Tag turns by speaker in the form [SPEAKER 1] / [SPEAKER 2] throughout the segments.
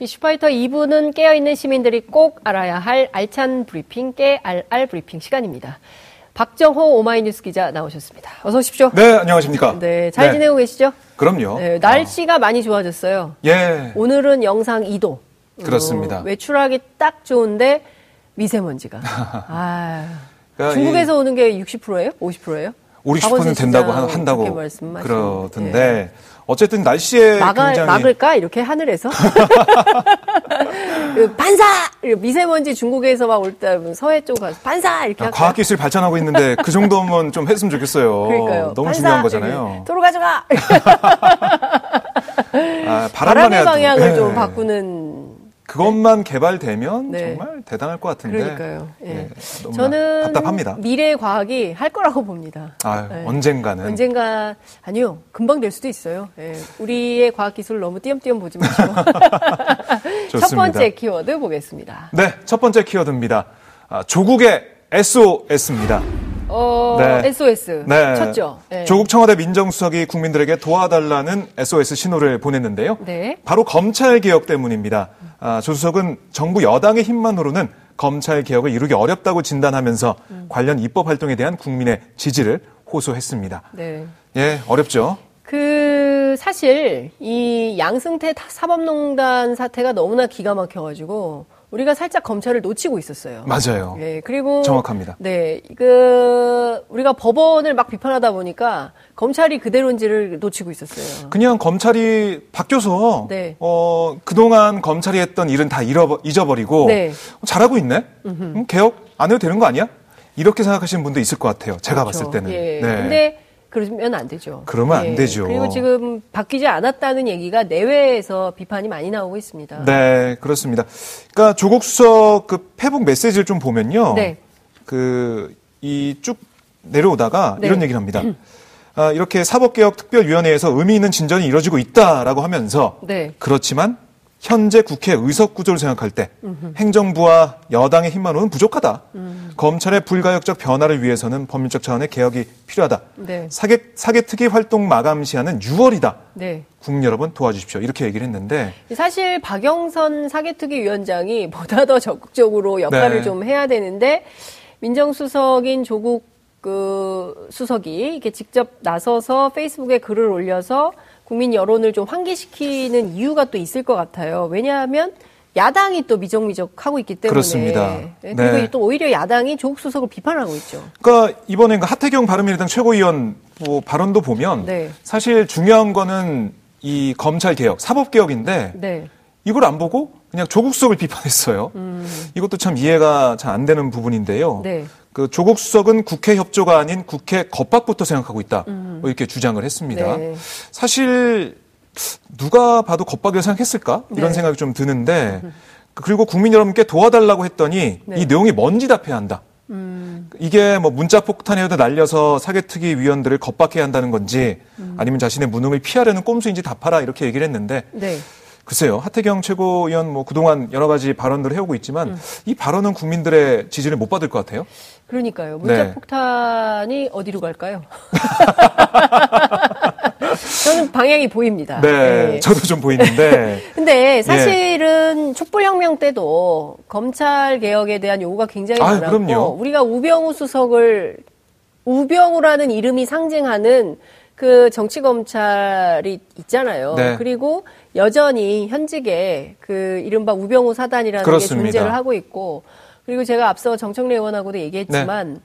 [SPEAKER 1] 이슈파이터 2부는 깨어있는 시민들이 꼭 알아야 할 알찬 브리핑, 깨알알 브리핑 시간입니다. 박정호 오마이뉴스 기자 나오셨습니다. 어서 오십시오.
[SPEAKER 2] 네, 안녕하십니까.
[SPEAKER 1] 네, 잘
[SPEAKER 2] 네. 어.
[SPEAKER 1] 지내고 계시죠?
[SPEAKER 2] 그럼요.
[SPEAKER 1] 네, 날씨가 많이 좋아졌어요.
[SPEAKER 2] 예.
[SPEAKER 1] 오늘은 영상 2도. 음,
[SPEAKER 2] 그렇습니다.
[SPEAKER 1] 외출하기 딱 좋은데 미세먼지가. 아,
[SPEAKER 2] 그러니까
[SPEAKER 1] 중국에서 오는 게 60%예요? 50%예요?
[SPEAKER 2] 5, 60%는 된다고 한- 한다고
[SPEAKER 1] 네.
[SPEAKER 2] 그러던데 어쨌든 날씨에
[SPEAKER 1] 막
[SPEAKER 2] 굉장히
[SPEAKER 1] 막을까 이렇게 하늘에서 그 반사 미세먼지 중국에서 막 올 때 서해 쪽 가서 반사 이렇게 할까요?
[SPEAKER 2] 아, 과학 기술 발전하고 있는데 그 정도면 좀 했으면 좋겠어요.
[SPEAKER 1] 그러니까요.
[SPEAKER 2] 너무
[SPEAKER 1] 반사!
[SPEAKER 2] 중요한 거잖아요.
[SPEAKER 1] 이렇게 도로 가져가
[SPEAKER 2] 아, 바람만
[SPEAKER 1] 바람의
[SPEAKER 2] 해야
[SPEAKER 1] 방향을
[SPEAKER 2] 예.
[SPEAKER 1] 좀 바꾸는
[SPEAKER 2] 그것만 개발되면
[SPEAKER 1] 네.
[SPEAKER 2] 정말 대단할 것 같은데.
[SPEAKER 1] 그러니까요. 예.
[SPEAKER 2] 예, 너무나
[SPEAKER 1] 저는
[SPEAKER 2] 답답합니다.
[SPEAKER 1] 미래 과학이 할 거라고 봅니다.
[SPEAKER 2] 아유, 네.
[SPEAKER 1] 예.
[SPEAKER 2] 언젠가는
[SPEAKER 1] 언젠가 아니요 금방 될 수도 있어요. 예. 우리의 과학 기술 너무 띄엄띄엄 보지 마시고 첫
[SPEAKER 2] 좋습니다.
[SPEAKER 1] 번째 키워드 보겠습니다.
[SPEAKER 2] 네, 첫 번째 키워드입니다. 아, 조국의 SOS입니다.
[SPEAKER 1] 어,
[SPEAKER 2] 네.
[SPEAKER 1] SOS 쳤죠. 예.
[SPEAKER 2] 조국 청와대 민정수석이 국민들에게 도와달라는 SOS 신호를 보냈는데요.
[SPEAKER 1] 네.
[SPEAKER 2] 바로 검찰 개혁 때문입니다. 아, 조 수석은 정부 여당의 힘만으로는 검찰 개혁을 이루기 어렵다고 진단하면서 관련 입법 활동에 대한 국민의 지지를 호소했습니다.
[SPEAKER 1] 네.
[SPEAKER 2] 예, 어렵죠.
[SPEAKER 1] 그 사실 이 양승태 타- 사법농단 사태가 너무나 기가 막혀가지고 우리가 살짝 검찰을 놓치고 있었어요.
[SPEAKER 2] 맞아요.
[SPEAKER 1] 네, 그리고
[SPEAKER 2] 정확합니다.
[SPEAKER 1] 네, 그 우리가 법원을 막 비판하다 보니까 검찰이 그대로인지를 놓치고 있었어요.
[SPEAKER 2] 그냥 검찰이 바뀌어서
[SPEAKER 1] 네.
[SPEAKER 2] 어 그동안 검찰이 했던 일은 다 잃어버, 잊어버리고
[SPEAKER 1] 네.
[SPEAKER 2] 잘하고 있네. 음, 개혁 안 해도 되는 거 아니야? 이렇게 생각하시는 분도 있을 것 같아요. 제가 봤을 때는. 네.
[SPEAKER 1] 예. 근데 그러면 안 되죠. 예,
[SPEAKER 2] 그러면 안 되죠.
[SPEAKER 1] 그리고 지금 바뀌지 않았다는 얘기가 내외에서 비판이 많이 나오고 있습니다.
[SPEAKER 2] 네, 그렇습니다. 그러니까 조국 수석 그 페북 메시지를 좀 보면요.
[SPEAKER 1] 네.
[SPEAKER 2] 그 이 쭉 내려오다가
[SPEAKER 1] 네.
[SPEAKER 2] 이런 얘기를 합니다. 아, 이렇게 사법개혁 특별위원회에서 의미 있는 진전이 이루어지고 있다라고 하면서
[SPEAKER 1] 네.
[SPEAKER 2] 그렇지만 현재 국회 의석 구조를 생각할 때 행정부와 여당의 힘만으로는 부족하다.
[SPEAKER 1] 음.
[SPEAKER 2] 검찰의 불가역적 변화를 위해서는 법률적 차원의 개혁이 필요하다.
[SPEAKER 1] 네.
[SPEAKER 2] 사개 사개특위 활동 마감 시한은 6월이다.
[SPEAKER 1] 네.
[SPEAKER 2] 국민 여러분 도와주십시오. 이렇게 얘기를 했는데
[SPEAKER 1] 사실 박영선 사개특위 위원장이 보다 더 적극적으로 역할을
[SPEAKER 2] 네.
[SPEAKER 1] 좀 해야 되는데 민정수석인 조국 그 수석이 이렇게 직접 나서서 페이스북에 글을 올려서 국민 여론을 좀 환기시키는 이유가 또 있을 것 같아요. 왜냐하면 야당이 또 미적미적 하고 있기 때문에
[SPEAKER 2] 그렇습니다.
[SPEAKER 1] 네,
[SPEAKER 2] 네.
[SPEAKER 1] 그리고 또 오히려 야당이 조국 수석을 비판하고 있죠.
[SPEAKER 2] 그러니까 이번에 그 하태경 바른미래당 최고위원 뭐 발언도 보면
[SPEAKER 1] 네.
[SPEAKER 2] 사실 중요한 거는 이 검찰 개혁, 사법 개혁인데
[SPEAKER 1] 네,
[SPEAKER 2] 이걸 안 보고 그냥 조국 수석을 비판했어요. 이것도 참 이해가 잘 안 되는 부분인데요.
[SPEAKER 1] 음. 네.
[SPEAKER 2] 그 조국 수석은 국회 협조가 아닌 국회 겁박부터 생각하고 있다. 뭐 이렇게 주장을 했습니다.
[SPEAKER 1] 음. 네.
[SPEAKER 2] 사실 누가 봐도 겁박이라고 생각했을까? 이런
[SPEAKER 1] 네.
[SPEAKER 2] 생각이 좀 드는데 그리고 국민 여러분께 도와달라고 했더니
[SPEAKER 1] 네.
[SPEAKER 2] 이 내용이 뭔지 답해야 한다.
[SPEAKER 1] 음.
[SPEAKER 2] 이게 뭐 문자 폭탄에도 날려서 사개특위 위원들을 겁박해야 한다는 건지 아니면 자신의 무능을 피하려는 꼼수인지 답하라 이렇게 얘기를 했는데
[SPEAKER 1] 네.
[SPEAKER 2] 글쎄요 하태경 최고위원 뭐 그동안 여러 가지 발언들을 해오고 있지만
[SPEAKER 1] 음.
[SPEAKER 2] 이 발언은 국민들의 지지를 못 받을 것 같아요.
[SPEAKER 1] 그러니까요. 문자
[SPEAKER 2] 네.
[SPEAKER 1] 폭탄이 어디로 갈까요? 저는 방향이 보입니다.
[SPEAKER 2] 네,
[SPEAKER 1] 예.
[SPEAKER 2] 저도 좀 보이는데
[SPEAKER 1] 근데
[SPEAKER 2] 예.
[SPEAKER 1] 사실은 촛불혁명 때도 검찰 개혁에 대한 요구가 굉장히
[SPEAKER 2] 아유,
[SPEAKER 1] 많았고
[SPEAKER 2] 그럼요.
[SPEAKER 1] 우리가 우병우 수석을 우병우라는 이름이 상징하는 그 정치 검찰이 있잖아요.
[SPEAKER 2] 네.
[SPEAKER 1] 그리고 여전히 현직에 그 이른바 우병우 사단이라는
[SPEAKER 2] 그렇습니다.
[SPEAKER 1] 게 존재를 하고 있고 그리고 제가 앞서 정청래 의원하고도 얘기했지만
[SPEAKER 2] 네.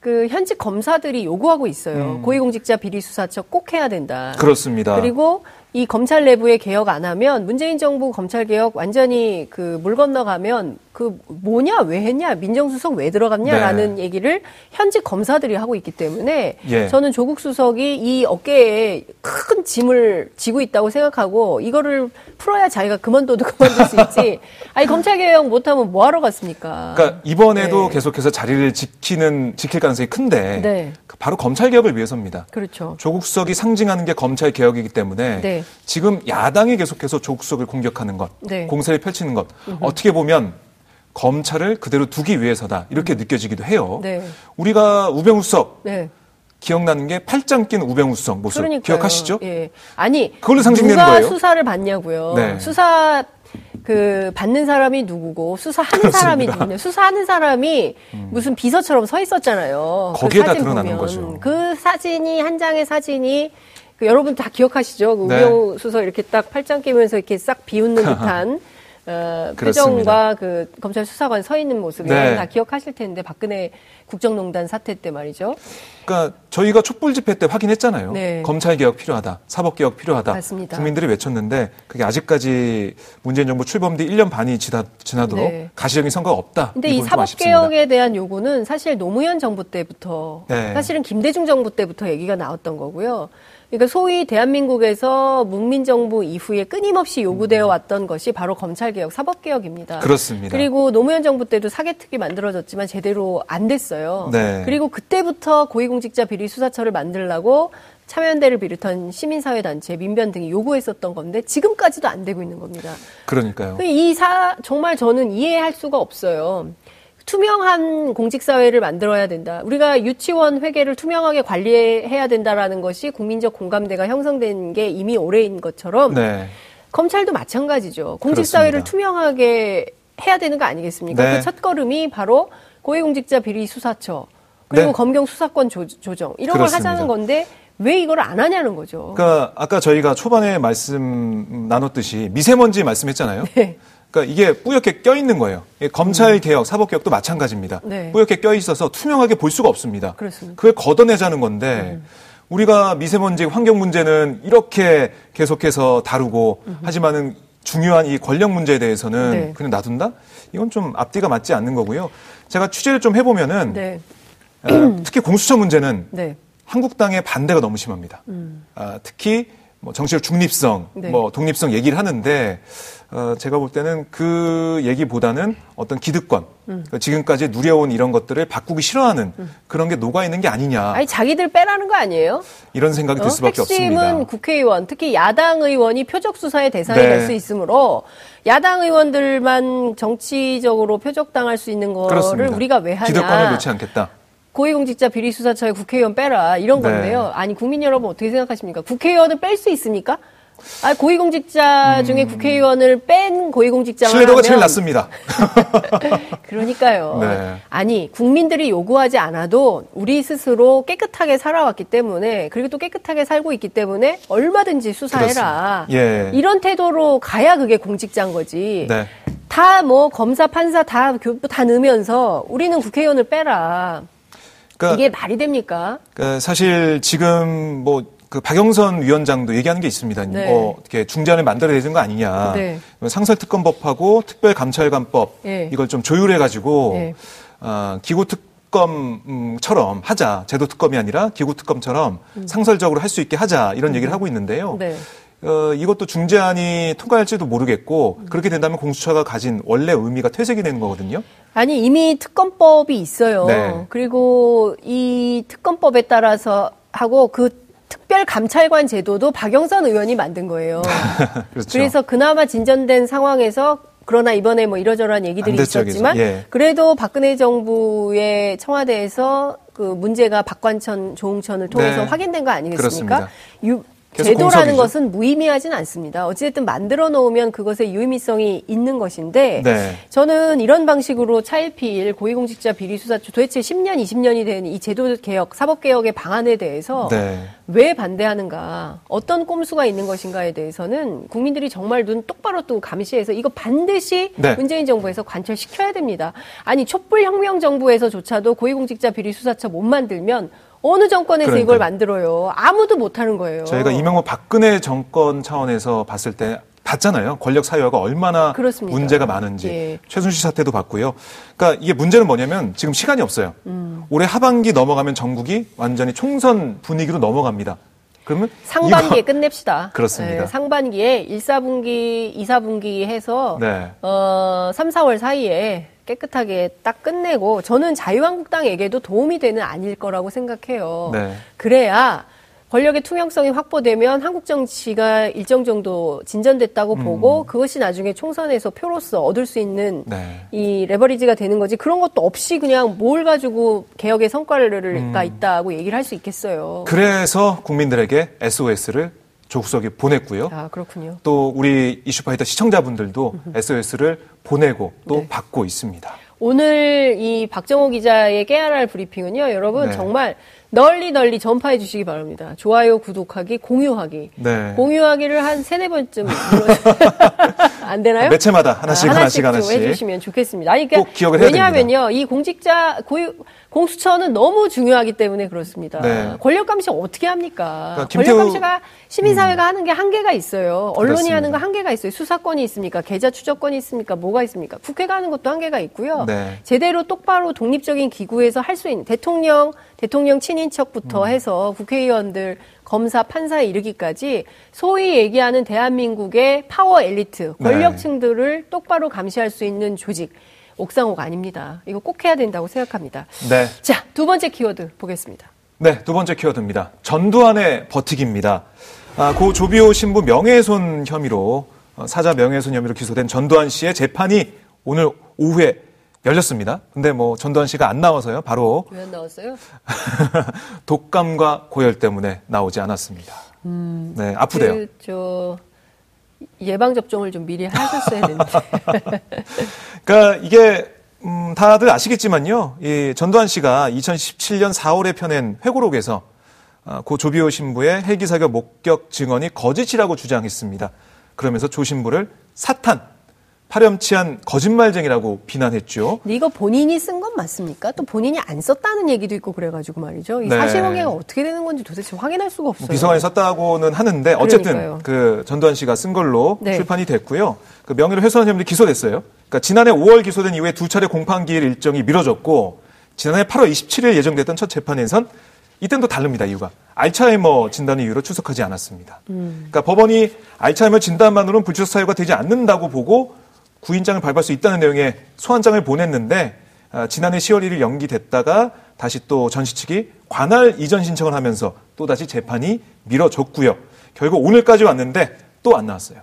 [SPEAKER 1] 그 현직 검사들이 요구하고
[SPEAKER 2] 음.
[SPEAKER 1] 있어요. 고위공직자 비리 수사처 꼭 해야 된다.
[SPEAKER 2] 그렇습니다.
[SPEAKER 1] 그리고 이 검찰 내부의 개혁 안 하면 문재인 정부 검찰 개혁 완전히 그 물 건너가면 그 뭐냐 왜 했냐 민정수석 왜 들어갔냐라는 얘기를 현직 검사들이 하고 있기 때문에
[SPEAKER 2] 네. 예.
[SPEAKER 1] 저는 조국 수석이 이 어깨에 큰 짐을 지고 있다고 생각하고 이거를 풀어야 자기가 그만둬도 그만둘 수 있지. 아니 검찰 개혁 못하면 뭐하러 갔습니까?
[SPEAKER 2] 그러니까 이번에도
[SPEAKER 1] 네.
[SPEAKER 2] 계속해서 자리를 지키는 지킬 가능성이 큰데
[SPEAKER 1] 네.
[SPEAKER 2] 바로 검찰 개혁을 위해서입니다.
[SPEAKER 1] 그렇죠.
[SPEAKER 2] 조국 수석이 상징하는 게 검찰 개혁이기 때문에
[SPEAKER 1] 네.
[SPEAKER 2] 지금 야당이 계속해서 조국 수석을 공격하는 것,
[SPEAKER 1] 네.
[SPEAKER 2] 공세를 펼치는 것 어떻게 보면 검찰을 그대로 두기 위해서다 이렇게 느껴지기도 해요.
[SPEAKER 1] 음. 네.
[SPEAKER 2] 우리가 우병우 수석
[SPEAKER 1] 네.
[SPEAKER 2] 기억나는 게 팔짱 낀 우병우 수석 모습
[SPEAKER 1] 그러니까
[SPEAKER 2] 기억하시죠?
[SPEAKER 1] 예. 아니
[SPEAKER 2] 그걸로 상징되는
[SPEAKER 1] 누가
[SPEAKER 2] 거예요?
[SPEAKER 1] 수사를 받냐고요.
[SPEAKER 2] 네.
[SPEAKER 1] 수사 그 받는 사람이 누구고 수사하는 사람이
[SPEAKER 2] 그렇습니다. 음.
[SPEAKER 1] 누구냐. 수사하는 사람이 무슨 비서처럼 서 있었잖아요. 그
[SPEAKER 2] 거기에다
[SPEAKER 1] 사진
[SPEAKER 2] 드러나는
[SPEAKER 1] 보면.
[SPEAKER 2] 거죠.
[SPEAKER 1] 그 사진이 한 장의 사진이 그 여러분 다 기억하시죠? 그
[SPEAKER 2] 네.
[SPEAKER 1] 우병우 수석 이렇게 딱 팔짱 끼면서 이렇게 싹 비웃는 듯한 어, 표정과
[SPEAKER 2] 그렇습니다.
[SPEAKER 1] 그 검찰 수사관 서 있는 모습
[SPEAKER 2] 네.
[SPEAKER 1] 여러분 다 기억하실 텐데 박근혜 국정농단 사태 때 말이죠.
[SPEAKER 2] 그러니까 저희가 촛불 집회 때 확인했잖아요.
[SPEAKER 1] 네.
[SPEAKER 2] 검찰 개혁 필요하다, 사법 개혁 필요하다.
[SPEAKER 1] 맞습니다.
[SPEAKER 2] 국민들이 외쳤는데 그게 아직까지 문재인 정부 출범 뒤 1년 반이 지나, 지나도록
[SPEAKER 1] 네.
[SPEAKER 2] 가시적인 선거가 없다.
[SPEAKER 1] 근데 이
[SPEAKER 2] 부분도
[SPEAKER 1] 사법
[SPEAKER 2] 아쉽습니다.
[SPEAKER 1] 개혁에 대한 요구는 사실 노무현 정부 때부터
[SPEAKER 2] 네.
[SPEAKER 1] 사실은 김대중 정부 때부터 얘기가 나왔던 거고요. 그러니까 소위 대한민국에서 문민 정부 이후에 끊임없이 요구되어 왔던 것이 바로 검찰 개혁, 사법 개혁입니다.
[SPEAKER 2] 음. 그렇습니다.
[SPEAKER 1] 그리고 노무현 정부 때도 사개특위 만들어졌지만 제대로 안 됐어요.
[SPEAKER 2] 네.
[SPEAKER 1] 그리고 그때부터 고위공직자 비리 수사처를 만들라고 참여연대를 비롯한 시민사회단체, 민변 등이 요구했었던 건데 지금까지도 안 되고 있는 겁니다.
[SPEAKER 2] 그러니까요.
[SPEAKER 1] 그 이 사, 정말 저는 이해할 수가 없어요. 투명한 공직사회를 만들어야 된다. 우리가 유치원 회계를 투명하게 관리해야 된다라는 것이 국민적 공감대가 형성된 게 이미 오래인 것처럼
[SPEAKER 2] 네.
[SPEAKER 1] 검찰도 마찬가지죠. 공직사회를
[SPEAKER 2] 그렇습니다.
[SPEAKER 1] 투명하게 해야 되는 거 아니겠습니까?
[SPEAKER 2] 네.
[SPEAKER 1] 그 첫걸음이 바로 고위공직자 비리 수사처 그리고
[SPEAKER 2] 네.
[SPEAKER 1] 검경 수사권 조, 정 이런 걸
[SPEAKER 2] 그렇습니다.
[SPEAKER 1] 하자는 건데 왜 이걸 안 하냐는 거죠.
[SPEAKER 2] 그러니까 아까 저희가 초반에 말씀 나눴듯이 미세먼지 말씀했잖아요.
[SPEAKER 1] 네. 음.
[SPEAKER 2] 그러니까 이게 뿌옇게 껴 있는 거예요. 이게 검찰 개혁, 사법 개혁도 마찬가지입니다.
[SPEAKER 1] 네.
[SPEAKER 2] 뿌옇게 껴 있어서 투명하게 볼 수가 없습니다.
[SPEAKER 1] 그렇습니다. 음.
[SPEAKER 2] 그걸 걷어내자는 건데 우리가 미세먼지 환경 문제는 이렇게 계속해서 다루고 하지만은 중요한 이 권력 문제에 대해서는
[SPEAKER 1] 네.
[SPEAKER 2] 그냥 놔둔다? 이건 좀 앞뒤가 맞지 않는 거고요. 제가 취재를 좀 해보면은
[SPEAKER 1] 네,
[SPEAKER 2] 어, 특히 공수처 문제는
[SPEAKER 1] 네,
[SPEAKER 2] 한국당의 반대가 너무 심합니다. 아, 특히 뭐 정치적 중립성,
[SPEAKER 1] 음. 네.
[SPEAKER 2] 뭐 독립성 얘기를 하는데 어, 제가 볼 때는 그 얘기보다는 어떤
[SPEAKER 1] 음.
[SPEAKER 2] 기득권, 그러니까 지금까지 누려온 이런 것들을 바꾸기 싫어하는 그런 게 녹아 있는 게 아니냐
[SPEAKER 1] 음. 아니 자기들 빼라는 거 아니에요?
[SPEAKER 2] 이런 생각이 들
[SPEAKER 1] 어?
[SPEAKER 2] 수밖에
[SPEAKER 1] 핵심은
[SPEAKER 2] 없습니다.
[SPEAKER 1] 국회의원, 특히 야당 의원이 표적 수사의 대상이
[SPEAKER 2] 네.
[SPEAKER 1] 될 수 있으므로 야당 의원들만 정치적으로 표적당할 수 있는 거를
[SPEAKER 2] 그렇습니다.
[SPEAKER 1] 우리가 왜 하냐?
[SPEAKER 2] 기득권을 놓지 않겠다.
[SPEAKER 1] 고위공직자 비리수사처에 국회의원 빼라 이런
[SPEAKER 2] 네.
[SPEAKER 1] 건데요. 아니 국민 여러분 어떻게 생각하십니까? 국회의원을 뺄 수 있습니까? 아 고위공직자 중에 국회의원을 뺀 고위공직자만
[SPEAKER 2] 음. 신뢰도가
[SPEAKER 1] 하면
[SPEAKER 2] 제일 낮습니다.
[SPEAKER 1] 그러니까요.
[SPEAKER 2] 네.
[SPEAKER 1] 아니 국민들이 요구하지 않아도 우리 스스로 깨끗하게 살아왔기 때문에 그리고 또 깨끗하게 살고 있기 때문에 얼마든지 수사해라.
[SPEAKER 2] 그렇습니다. 예.
[SPEAKER 1] 이런 태도로 가야 그게 공직자인 거지.
[SPEAKER 2] 네.
[SPEAKER 1] 다 뭐 검사 판사 다 교부 다 넣으면서 우리는 국회의원을 빼라.
[SPEAKER 2] 그러니까
[SPEAKER 1] 이게 말이 됩니까?
[SPEAKER 2] 그 사실 지금 뭐 그 박영선 위원장도 얘기하는 게 있습니다.
[SPEAKER 1] 네.
[SPEAKER 2] 뭐 이렇게 중재안을 만들어야 되는 거 아니냐.
[SPEAKER 1] 네.
[SPEAKER 2] 상설특검법하고 특별감찰관법
[SPEAKER 1] 예.
[SPEAKER 2] 이걸 좀 조율해 가지고
[SPEAKER 1] 예.
[SPEAKER 2] 어, 기구특검처럼 하자. 제도특검이 아니라 기구특검처럼 상설적으로 할 수 있게 하자 이런 얘기를 하고 있는데요.
[SPEAKER 1] 음. 네.
[SPEAKER 2] 어, 이것도 중재안이 통과할지도 모르겠고 그렇게 된다면 공수처가 가진 원래 의미가 퇴색이 되는 거거든요.
[SPEAKER 1] 아니 이미 특검법이 있어요.
[SPEAKER 2] 네.
[SPEAKER 1] 그리고 이 특검법에 따라서 하고 그 특별 감찰관 제도도 박영선 의원이 만든 거예요.
[SPEAKER 2] 그렇죠.
[SPEAKER 1] 그래서 그나마 진전된 상황에서 그러나 이번에 뭐 이러저러한 얘기들이
[SPEAKER 2] 안 됐죠,
[SPEAKER 1] 있었지만
[SPEAKER 2] 그래서. 예.
[SPEAKER 1] 그래도 박근혜 정부의 청와대에서 그 문제가 박관천, 조홍천을 통해서
[SPEAKER 2] 네.
[SPEAKER 1] 확인된 거 아니겠습니까?
[SPEAKER 2] 그렇습니다.
[SPEAKER 1] 유-
[SPEAKER 2] 계속
[SPEAKER 1] 제도라는
[SPEAKER 2] 공석이죠.
[SPEAKER 1] 것은 무의미하진 않습니다. 어찌됐든 만들어 놓으면 그것의 유의미성이 있는 것인데
[SPEAKER 2] 네.
[SPEAKER 1] 저는 이런 방식으로 차일피일 고위공직자 비리수사처 도대체 10년, 20년이 된 이 제도 개혁, 사법 개혁의 방안에 대해서
[SPEAKER 2] 네.
[SPEAKER 1] 왜 반대하는가, 어떤 꼼수가 있는 것인가에 대해서는 국민들이 정말 눈 똑바로 뜨고 감시해서 이거 반드시
[SPEAKER 2] 네.
[SPEAKER 1] 문재인 정부에서 관철시켜야 됩니다. 아니 촛불혁명 정부에서조차도 고위공직자 비리수사처 못 만들면 어느 정권에서
[SPEAKER 2] 그러니까요.
[SPEAKER 1] 이걸 만들어요. 아무도 못하는 거예요.
[SPEAKER 2] 저희가 이명호 박근혜 정권 차원에서 봤을 때 봤잖아요. 권력 사유화가 얼마나
[SPEAKER 1] 그렇습니다.
[SPEAKER 2] 문제가 많은지
[SPEAKER 1] 예.
[SPEAKER 2] 최순실 사태도 봤고요. 그러니까 이게 문제는 뭐냐면 지금 시간이 없어요.
[SPEAKER 1] 음.
[SPEAKER 2] 올해 하반기 넘어가면 전국이 완전히 총선 분위기로 넘어갑니다. 그러면
[SPEAKER 1] 상반기에
[SPEAKER 2] 이거-
[SPEAKER 1] 끝냅시다.
[SPEAKER 2] 그렇습니다.
[SPEAKER 1] 예, 상반기에 1, 4분기, 2, 4분기 해서
[SPEAKER 2] 네.
[SPEAKER 1] 어, 3, 4월 사이에 깨끗하게 딱 끝내고 저는 자유한국당에게도 도움이 되는 아닐 거라고 생각해요.
[SPEAKER 2] 네.
[SPEAKER 1] 그래야 권력의 투명성이 확보되면 한국 정치가 일정 정도 진전됐다고
[SPEAKER 2] 음.
[SPEAKER 1] 보고 그것이 나중에 총선에서 표로서 얻을 수 있는
[SPEAKER 2] 네.
[SPEAKER 1] 이 레버리지가 되는 거지 그런 것도 없이 그냥 뭘 가지고 개혁의
[SPEAKER 2] 음. 그
[SPEAKER 1] 성과가 있다고 얘기를 할 수 있겠어요.
[SPEAKER 2] 그래서 국민들에게 SOS를 조수석이 보냈고요.
[SPEAKER 1] 아, 그렇군요.
[SPEAKER 2] 또 우리 이슈파이터 시청자분들도 SOS를 보내고 또
[SPEAKER 1] 네.
[SPEAKER 2] 받고 있습니다.
[SPEAKER 1] 오늘 이 박정호 기자의 깨알할 브리핑은요, 여러분
[SPEAKER 2] 네.
[SPEAKER 1] 정말 널리 널리 전파해 주시기 바랍니다. 좋아요, 구독하기, 공유하기.
[SPEAKER 2] 네.
[SPEAKER 1] 공유하기를 한 세네 번쯤 눌러주- 안 되나요?
[SPEAKER 2] 매체마다 하나씩, 하나씩, 하나씩.
[SPEAKER 1] 좀 아, 해주시면 좋겠습니다. 아니, 그러니까
[SPEAKER 2] 꼭 기억을 해야
[SPEAKER 1] 왜냐하면요, 이 공직자 고유 공수처는 너무 중요하기 때문에 그렇습니다.
[SPEAKER 2] 네.
[SPEAKER 1] 권력 감시 어떻게 합니까?
[SPEAKER 2] 그러니까 김태우- 음.
[SPEAKER 1] 권력 감시가 시민사회가 하는 게 한계가 있어요. 언론이
[SPEAKER 2] 그렇습니다.
[SPEAKER 1] 하는 거 한계가 있어요. 수사권이 있습니까? 계좌 추적권이 있습니까? 뭐가 있습니까? 국회가 하는 것도 한계가 있고요.
[SPEAKER 2] 네.
[SPEAKER 1] 제대로 똑바로 독립적인 기구에서 할 수 있는 대통령, 대통령 친인척부터
[SPEAKER 2] 음.
[SPEAKER 1] 해서 국회의원들, 검사, 판사에 이르기까지 소위 얘기하는 대한민국의 파워 엘리트,
[SPEAKER 2] 네.
[SPEAKER 1] 권력층들을 똑바로 감시할 수 있는 조직, 옥상호가 아닙니다. 이거 꼭 해야 된다고 생각합니다.
[SPEAKER 2] 네.
[SPEAKER 1] 자, 두 번째 키워드 보겠습니다.
[SPEAKER 2] 네, 두 번째 키워드입니다. 전두환의 버티기입니다. 아, 고 조비오 신부 명예훼손 혐의로 어, 사자 명예훼손 혐의로 기소된 전두환 씨의 재판이 오늘 오후에 열렸습니다. 근데 뭐 전두환 씨가 안 나와서요. 바로
[SPEAKER 1] 왜 안 나왔어요?
[SPEAKER 2] 독감과 고열 때문에 나오지 않았습니다. 네, 아프대요.
[SPEAKER 1] 그, 저, 예방접종을 좀 미리 하셨어야 했는데.
[SPEAKER 2] 그러니까 이게 음, 다들 아시겠지만요. 이 전두환 씨가 2017년 4월에 펴낸 회고록에서 아, 고 조비오 신부의 헬기 사격 목격 증언이 거짓이라고 주장했습니다. 그러면서 조 신부를 사탄, 파렴치한 거짓말쟁이라고 비난했죠.
[SPEAKER 1] 근데 이거 본인이 쓴 건 맞습니까? 또 본인이 안 썼다는 얘기도 있고 그래가지고 말이죠. 이
[SPEAKER 2] 네.
[SPEAKER 1] 사실관계가 어떻게 되는 건지 도대체 확인할 수가 없어요.
[SPEAKER 2] 비서관이 썼다고는 하는데 어쨌든
[SPEAKER 1] 그러니까요.
[SPEAKER 2] 그 전두환 씨가 쓴 걸로
[SPEAKER 1] 네.
[SPEAKER 2] 출판이 됐고요. 그 명예를 훼손한 혐의로 기소됐어요. 그러니까 지난해 5월 기소된 이후에 두 차례 공판 기일 일정이 미뤄졌고 지난해 8월 27일 예정됐던 첫 재판에선 이땐 또 다릅니다 이유가 알츠하이머 진단의 이유로 출석하지 않았습니다. 그러니까 법원이 알츠하이머 진단만으로는 불출석 사유가 되지 않는다고 보고 구인장을 발부할 수 있다는 내용의 소환장을 보냈는데 아, 지난해 10월 1일 연기됐다가 다시 또 전시 측이 관할 이전 신청을 하면서 또다시 재판이 미뤄졌고요. 결국 오늘까지 왔는데 또 안 나왔어요.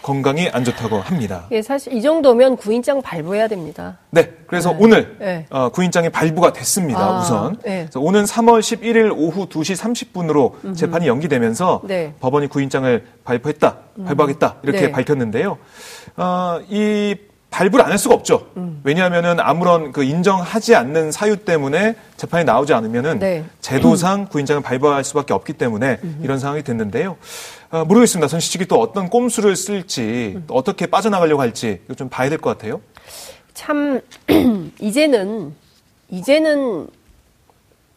[SPEAKER 2] 건강이 안 좋다고 합니다.
[SPEAKER 1] 예, 사실 이 정도면 구인장 발부해야 됩니다.
[SPEAKER 2] 네, 그래서 오늘
[SPEAKER 1] 네.
[SPEAKER 2] 어, 구인장이 발부가 됐습니다.
[SPEAKER 1] 아,
[SPEAKER 2] 우선
[SPEAKER 1] 네.
[SPEAKER 2] 그래서 오는 3월 11일 오후 2시 30분으로 재판이 연기되면서
[SPEAKER 1] 네. 음.
[SPEAKER 2] 법원이 구인장을 발부했다, 발부하겠다 이렇게
[SPEAKER 1] 네.
[SPEAKER 2] 밝혔는데요. 어, 이 발부를 안 할 수가 없죠.
[SPEAKER 1] 음.
[SPEAKER 2] 왜냐하면은 아무런 그 인정하지 않는 사유 때문에 재판이 나오지 않으면은
[SPEAKER 1] 네.
[SPEAKER 2] 제도상 구인장을 발부할 수밖에 없기 때문에 이런 상황이 됐는데요. 아, 모르겠습니다. 전시 측이 또 어떤 꼼수를 쓸지
[SPEAKER 1] 음.
[SPEAKER 2] 또 어떻게 빠져나가려고 할지 이거 좀 봐야 될 것 같아요.
[SPEAKER 1] 참 이제는 이제는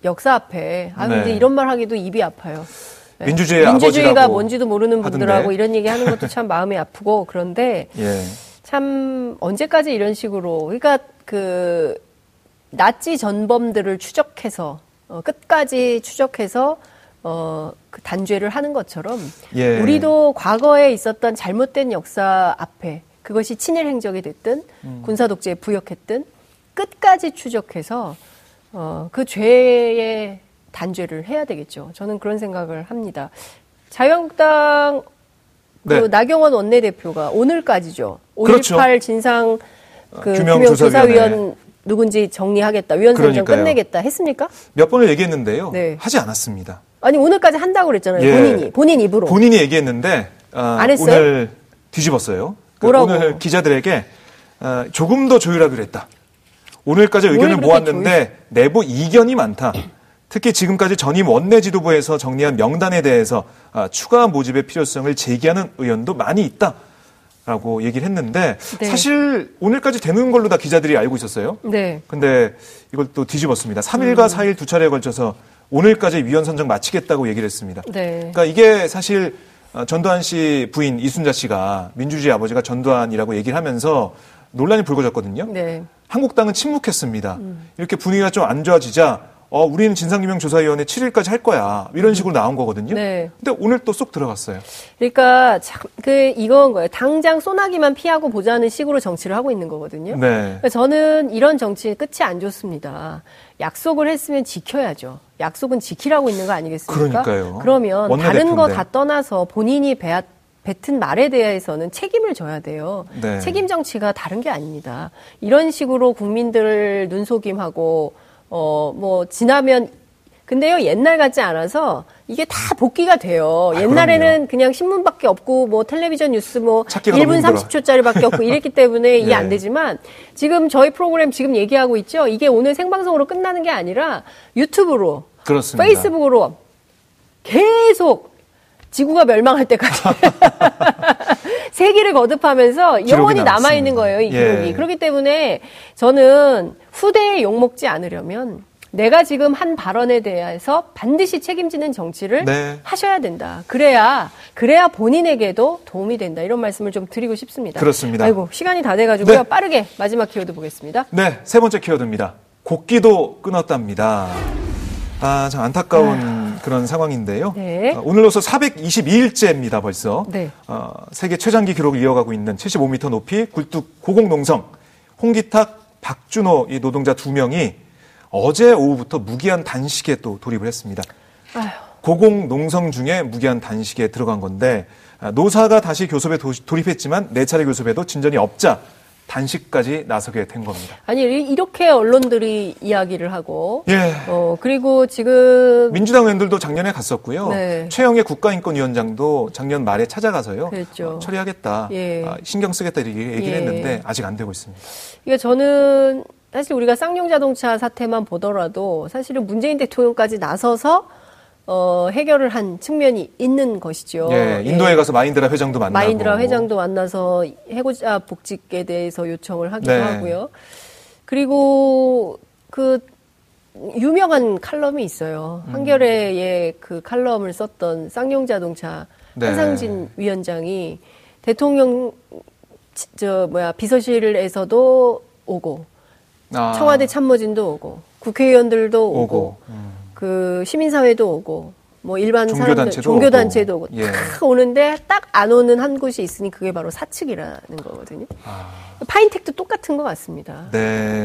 [SPEAKER 1] 역사 앞에 아
[SPEAKER 2] 네.
[SPEAKER 1] 근데 이런 말 하기도 입이 아파요. 네.
[SPEAKER 2] 민주주의의
[SPEAKER 1] 민주주의가
[SPEAKER 2] 아버지라고
[SPEAKER 1] 뭔지도 모르는 분들하고
[SPEAKER 2] 하던데.
[SPEAKER 1] 이런 얘기 하는 것도 참 마음이 아프고 그런데
[SPEAKER 2] 예.
[SPEAKER 1] 참 언제까지 이런 식으로 그러니까 그 나치 전범들을 추적해서 어, 끝까지 추적해서 어, 그 단죄를 하는 것처럼
[SPEAKER 2] 예.
[SPEAKER 1] 우리도 과거에 있었던 잘못된 역사 앞에 그것이 친일 행적이 됐든
[SPEAKER 2] 음.
[SPEAKER 1] 군사 독재에 부역했든 끝까지 추적해서 어, 그 죄의 단죄를 해야 되겠죠. 저는 그런 생각을 합니다. 자유한국당 그
[SPEAKER 2] 네.
[SPEAKER 1] 나경원 원내대표가 오늘까지죠. 5.18
[SPEAKER 2] 그렇죠.
[SPEAKER 1] 진상 그
[SPEAKER 2] 어,
[SPEAKER 1] 규명조사위원
[SPEAKER 2] 규명조사위원
[SPEAKER 1] 누군지 정리하겠다. 위원 선정
[SPEAKER 2] 그러니까요.
[SPEAKER 1] 끝내겠다 했습니까?
[SPEAKER 2] 몇 번을 얘기했는데요.
[SPEAKER 1] 네.
[SPEAKER 2] 하지 않았습니다.
[SPEAKER 1] 아니 오늘까지 한다고 그랬잖아요.
[SPEAKER 2] 예.
[SPEAKER 1] 본인이 본인 입으로.
[SPEAKER 2] 본인이 얘기했는데 어,
[SPEAKER 1] 안 했어요?
[SPEAKER 2] 오늘 뒤집었어요. 그러니까
[SPEAKER 1] 뭐라고?
[SPEAKER 2] 오늘 기자들에게 어, 조금 더 조율하기로 했다. 오늘까지
[SPEAKER 1] 뭘
[SPEAKER 2] 의견을
[SPEAKER 1] 그렇게
[SPEAKER 2] 모았는데 내부 이견이 많다. 특히 지금까지 전임 원내 지도부에서 정리한 명단에 대해서 아, 추가 모집의 필요성을 제기하는 의원도 많이 있다. 라고 얘기를 했는데
[SPEAKER 1] 네.
[SPEAKER 2] 사실 오늘까지 되는 걸로 다 기자들이 알고 있었어요.
[SPEAKER 1] 네.
[SPEAKER 2] 근데 이걸 또
[SPEAKER 1] 음.
[SPEAKER 2] 뒤집었습니다. 3일과 4일 두 차례에 걸쳐서 오늘까지 위원 선정 마치겠다고 얘기를 했습니다.
[SPEAKER 1] 네.
[SPEAKER 2] 그러니까 이게 사실 어, 전두환 씨 부인 이순자 씨가 민주주의 아버지가 전두환이라고 얘기를 하면서 논란이 불거졌거든요.
[SPEAKER 1] 네. 음.
[SPEAKER 2] 한국당은 침묵했습니다. 이렇게 분위기가 좀 안 좋아지자 어, 우리는 진상규명조사위원회 7일까지 할 거야. 이런 식으로 나온 거거든요.
[SPEAKER 1] 네.
[SPEAKER 2] 근데 오늘 또 쏙 들어갔어요.
[SPEAKER 1] 그러니까 참 그 이건 거예요. 당장 소나기만 피하고 보자는 식으로 정치를 하고 있는 거거든요.
[SPEAKER 2] 네.
[SPEAKER 1] 그러니까 저는 이런 정치는 끝이 안 좋습니다. 약속을 했으면 지켜야죠. 약속은 지키라고 있는 거 아니겠습니까?
[SPEAKER 2] 그러니까요.
[SPEAKER 1] 그러면 다른 거
[SPEAKER 2] 원내대표인데.
[SPEAKER 1] 다 떠나서 본인이 배 뱉은 말에 대해서는 책임을 져야 돼요.
[SPEAKER 2] 네.
[SPEAKER 1] 책임 정치가 다른 게 아닙니다. 이런 식으로 국민들 눈속임하고 어 뭐 지나면 근데요 옛날 같지 않아서 이게 다 복귀가 돼요.
[SPEAKER 2] 아,
[SPEAKER 1] 옛날에는 그냥 신문밖에 없고 뭐 텔레비전 뉴스 뭐
[SPEAKER 2] 찾기가
[SPEAKER 1] 1분
[SPEAKER 2] 너무 힘들어.
[SPEAKER 1] 30초짜리밖에 없고 이랬기 때문에 이게
[SPEAKER 2] 예.
[SPEAKER 1] 안 되지만 지금 저희 프로그램 지금 얘기하고 있죠. 이게 오늘 생방송으로 끝나는 게 아니라 유튜브로
[SPEAKER 2] 그렇습니다.
[SPEAKER 1] 페이스북으로 계속 지구가 멸망할 때까지 세기를 거듭하면서 영원히
[SPEAKER 2] 남습니다.
[SPEAKER 1] 남아 있는 거예요 이
[SPEAKER 2] 예.
[SPEAKER 1] 기록이. 그렇기 때문에 저는 후대에 욕 먹지 않으려면 내가 지금 한 발언에 대해서 반드시 책임지는 정치를
[SPEAKER 2] 네.
[SPEAKER 1] 하셔야 된다. 그래야 그래야 본인에게도 도움이 된다. 이런 말씀을 좀 드리고 싶습니다.
[SPEAKER 2] 그렇습니다.
[SPEAKER 1] 아이고 시간이 다 돼가지고요.
[SPEAKER 2] 네.
[SPEAKER 1] 빠르게 마지막 키워드 보겠습니다.
[SPEAKER 2] 네, 세 번째 키워드입니다. 곡기도 끊었답니다. 아, 참 안타까운 그런 상황인데요.
[SPEAKER 1] 네.
[SPEAKER 2] 아, 오늘로서 422일째입니다, 벌써.
[SPEAKER 1] 네.
[SPEAKER 2] 어, 세계 최장기 기록을 이어가고 있는 75m 높이 굴뚝 고공농성 홍기탁 박준호 이 노동자 두 명이 어제 오후부터 무기한 단식에 또 돌입을 했습니다.
[SPEAKER 1] 아휴.
[SPEAKER 2] 고공 농성 중에 무기한 단식에 들어간 건데 아, 노사가 다시 교섭에 도- 돌입했지만 네 차례 교섭에도 진전이 없자 단식까지 나서게 된 겁니다.
[SPEAKER 1] 아니 이- 이렇게 언론들이 이야기를 하고
[SPEAKER 2] 예.
[SPEAKER 1] 어 그리고 지금
[SPEAKER 2] 민주당 의원들도 작년에 갔었고요.
[SPEAKER 1] 네.
[SPEAKER 2] 최영애 국가인권위원장도 작년 말에 찾아가서요.
[SPEAKER 1] 그랬죠.
[SPEAKER 2] 어, 처리하겠다.
[SPEAKER 1] 예.
[SPEAKER 2] 아, 신경 쓰겠다 이렇게 얘기를
[SPEAKER 1] 예.
[SPEAKER 2] 했는데 아직 안 되고 있습니다.
[SPEAKER 1] 이게 저는 사실 우리가 쌍용 자동차 사태만 보더라도 사실은 문재인 대통령까지 나서서 어, 해결을 한 측면이 있는 것이죠.
[SPEAKER 2] 예, 인도에 가서 마인드라 회장도 만나고
[SPEAKER 1] 어, 마인드라 회장도 만나서 해고자 복직에 대해서 요청을 하기도
[SPEAKER 2] 네.
[SPEAKER 1] 하고요. 그리고 그 유명한 칼럼이 있어요.
[SPEAKER 2] 음.
[SPEAKER 1] 한겨레의 그 칼럼을 썼던 쌍용 자동차
[SPEAKER 2] 네.
[SPEAKER 1] 한상진 위원장이 대통령 치- 저 뭐야 비서실에서도 오고
[SPEAKER 2] 아,
[SPEAKER 1] 청와대 참모진도 오고 국회의원들도 오고,
[SPEAKER 2] 오고. 음.
[SPEAKER 1] 그 시민사회도 오고 뭐 일반
[SPEAKER 2] 종교단체도
[SPEAKER 1] 사람들 종교단체도 오고,
[SPEAKER 2] 오고. 예.
[SPEAKER 1] 탁 오는데 딱 안 오는 한 곳이 있으니 그게 바로 사측이라는 거거든요. 파인텍도 똑같은 것 같습니다.
[SPEAKER 2] 아, 네.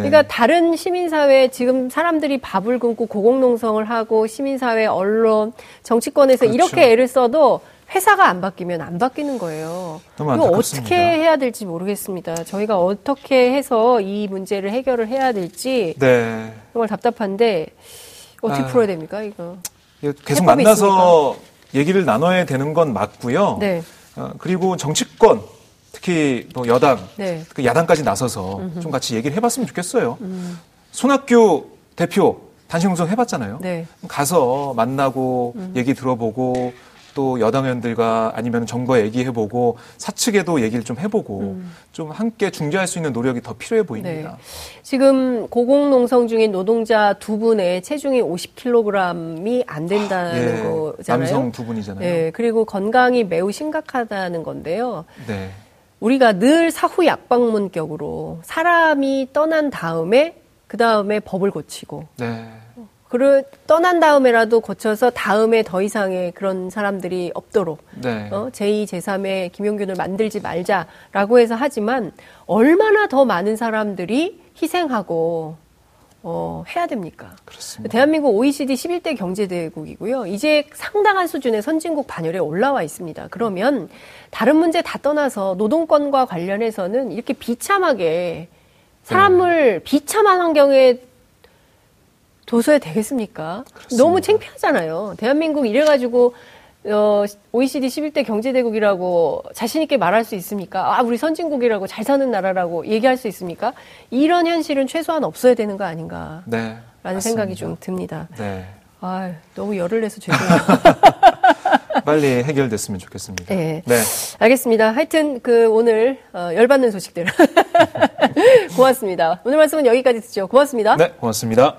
[SPEAKER 1] 그러니까 다른 시민사회 지금 사람들이 밥을 굶고 고공농성을 하고 시민사회 언론 정치권에서
[SPEAKER 2] 그렇죠.
[SPEAKER 1] 이렇게 애를 써도 회사가 안 바뀌면 안 바뀌는 거예요.
[SPEAKER 2] 너무
[SPEAKER 1] 이거
[SPEAKER 2] 안타깝습니다.
[SPEAKER 1] 어떻게 해야 될지 모르겠습니다. 저희가 어떻게 해서 이 문제를 해결을 해야 될지
[SPEAKER 2] 네.
[SPEAKER 1] 정말 답답한데 어떻게
[SPEAKER 2] 아.
[SPEAKER 1] 풀어야 됩니까 이거?
[SPEAKER 2] 계속
[SPEAKER 1] 해법이
[SPEAKER 2] 만나서 얘기를 나눠야 되는 건 맞고요.
[SPEAKER 1] 네.
[SPEAKER 2] 어, 그리고 정치권 특히 또 여당,
[SPEAKER 1] 네.
[SPEAKER 2] 그 야당까지 나서서 좀 같이 얘기를 해봤으면 좋겠어요. 손학규 대표 단식농성 해봤잖아요.
[SPEAKER 1] 네. 음.
[SPEAKER 2] 가서 만나고 얘기 들어보고 또 여당 의원들과 아니면 정부와 얘기해보고 사측에도 얘기를 좀 해보고
[SPEAKER 1] 음.
[SPEAKER 2] 좀 함께 중재할 수 있는 노력이 더 필요해 보입니다.
[SPEAKER 1] 지금 고공농성 중인 노동자 두 분의 체중이 50kg이 안 된다는 네. 거잖아요.
[SPEAKER 2] 예, 남성 두 분이잖아요.
[SPEAKER 1] 예, 그리고 건강이 매우 심각하다는 건데요.
[SPEAKER 2] 네.
[SPEAKER 1] 우리가 늘 사후 약방문격으로 사람이 떠난 다음에 그 다음에 법을 고치고
[SPEAKER 2] 네.
[SPEAKER 1] 그를 떠난 다음에라도 고쳐서 다음에 더 이상의 그런 사람들이 없도록
[SPEAKER 2] 네.
[SPEAKER 1] 어, 제2, 제3의 김용균을 만들지 말자라고 해서 하지만 얼마나 더 많은 사람들이 희생하고 어, 해야 됩니까?
[SPEAKER 2] 그렇습니다.
[SPEAKER 1] 대한민국 OECD 11대 경제대국이고요. 이제 상당한 수준의 선진국 반열에 올라와 있습니다. 그러면 다른 문제 다 떠나서 노동권과 관련해서는 이렇게 비참하게
[SPEAKER 2] 네.
[SPEAKER 1] 사람을 비참한 환경에 도서에 되겠습니까? 너무 창피하잖아요. 대한민국 이래가지고 어, OECD 11대 경제대국이라고 자신있게 말할 수 있습니까? 아, 우리 선진국이라고 잘 사는 나라라고 얘기할 수 있습니까? 이런 현실은 최소한 없어야 되는 거 아닌가.
[SPEAKER 2] 네.
[SPEAKER 1] 라는
[SPEAKER 2] 맞습니다.
[SPEAKER 1] 생각이 좀 듭니다.
[SPEAKER 2] 네.
[SPEAKER 1] 아, 너무 열을 내서 죄송해요.
[SPEAKER 2] 빨리 해결됐으면 좋겠습니다.
[SPEAKER 1] 네.
[SPEAKER 2] 네.
[SPEAKER 1] 알겠습니다. 하여튼 그 오늘 어, 열받는 소식들 고맙습니다. 오늘 말씀은 여기까지 듣죠. 고맙습니다.
[SPEAKER 2] 네, 고맙습니다.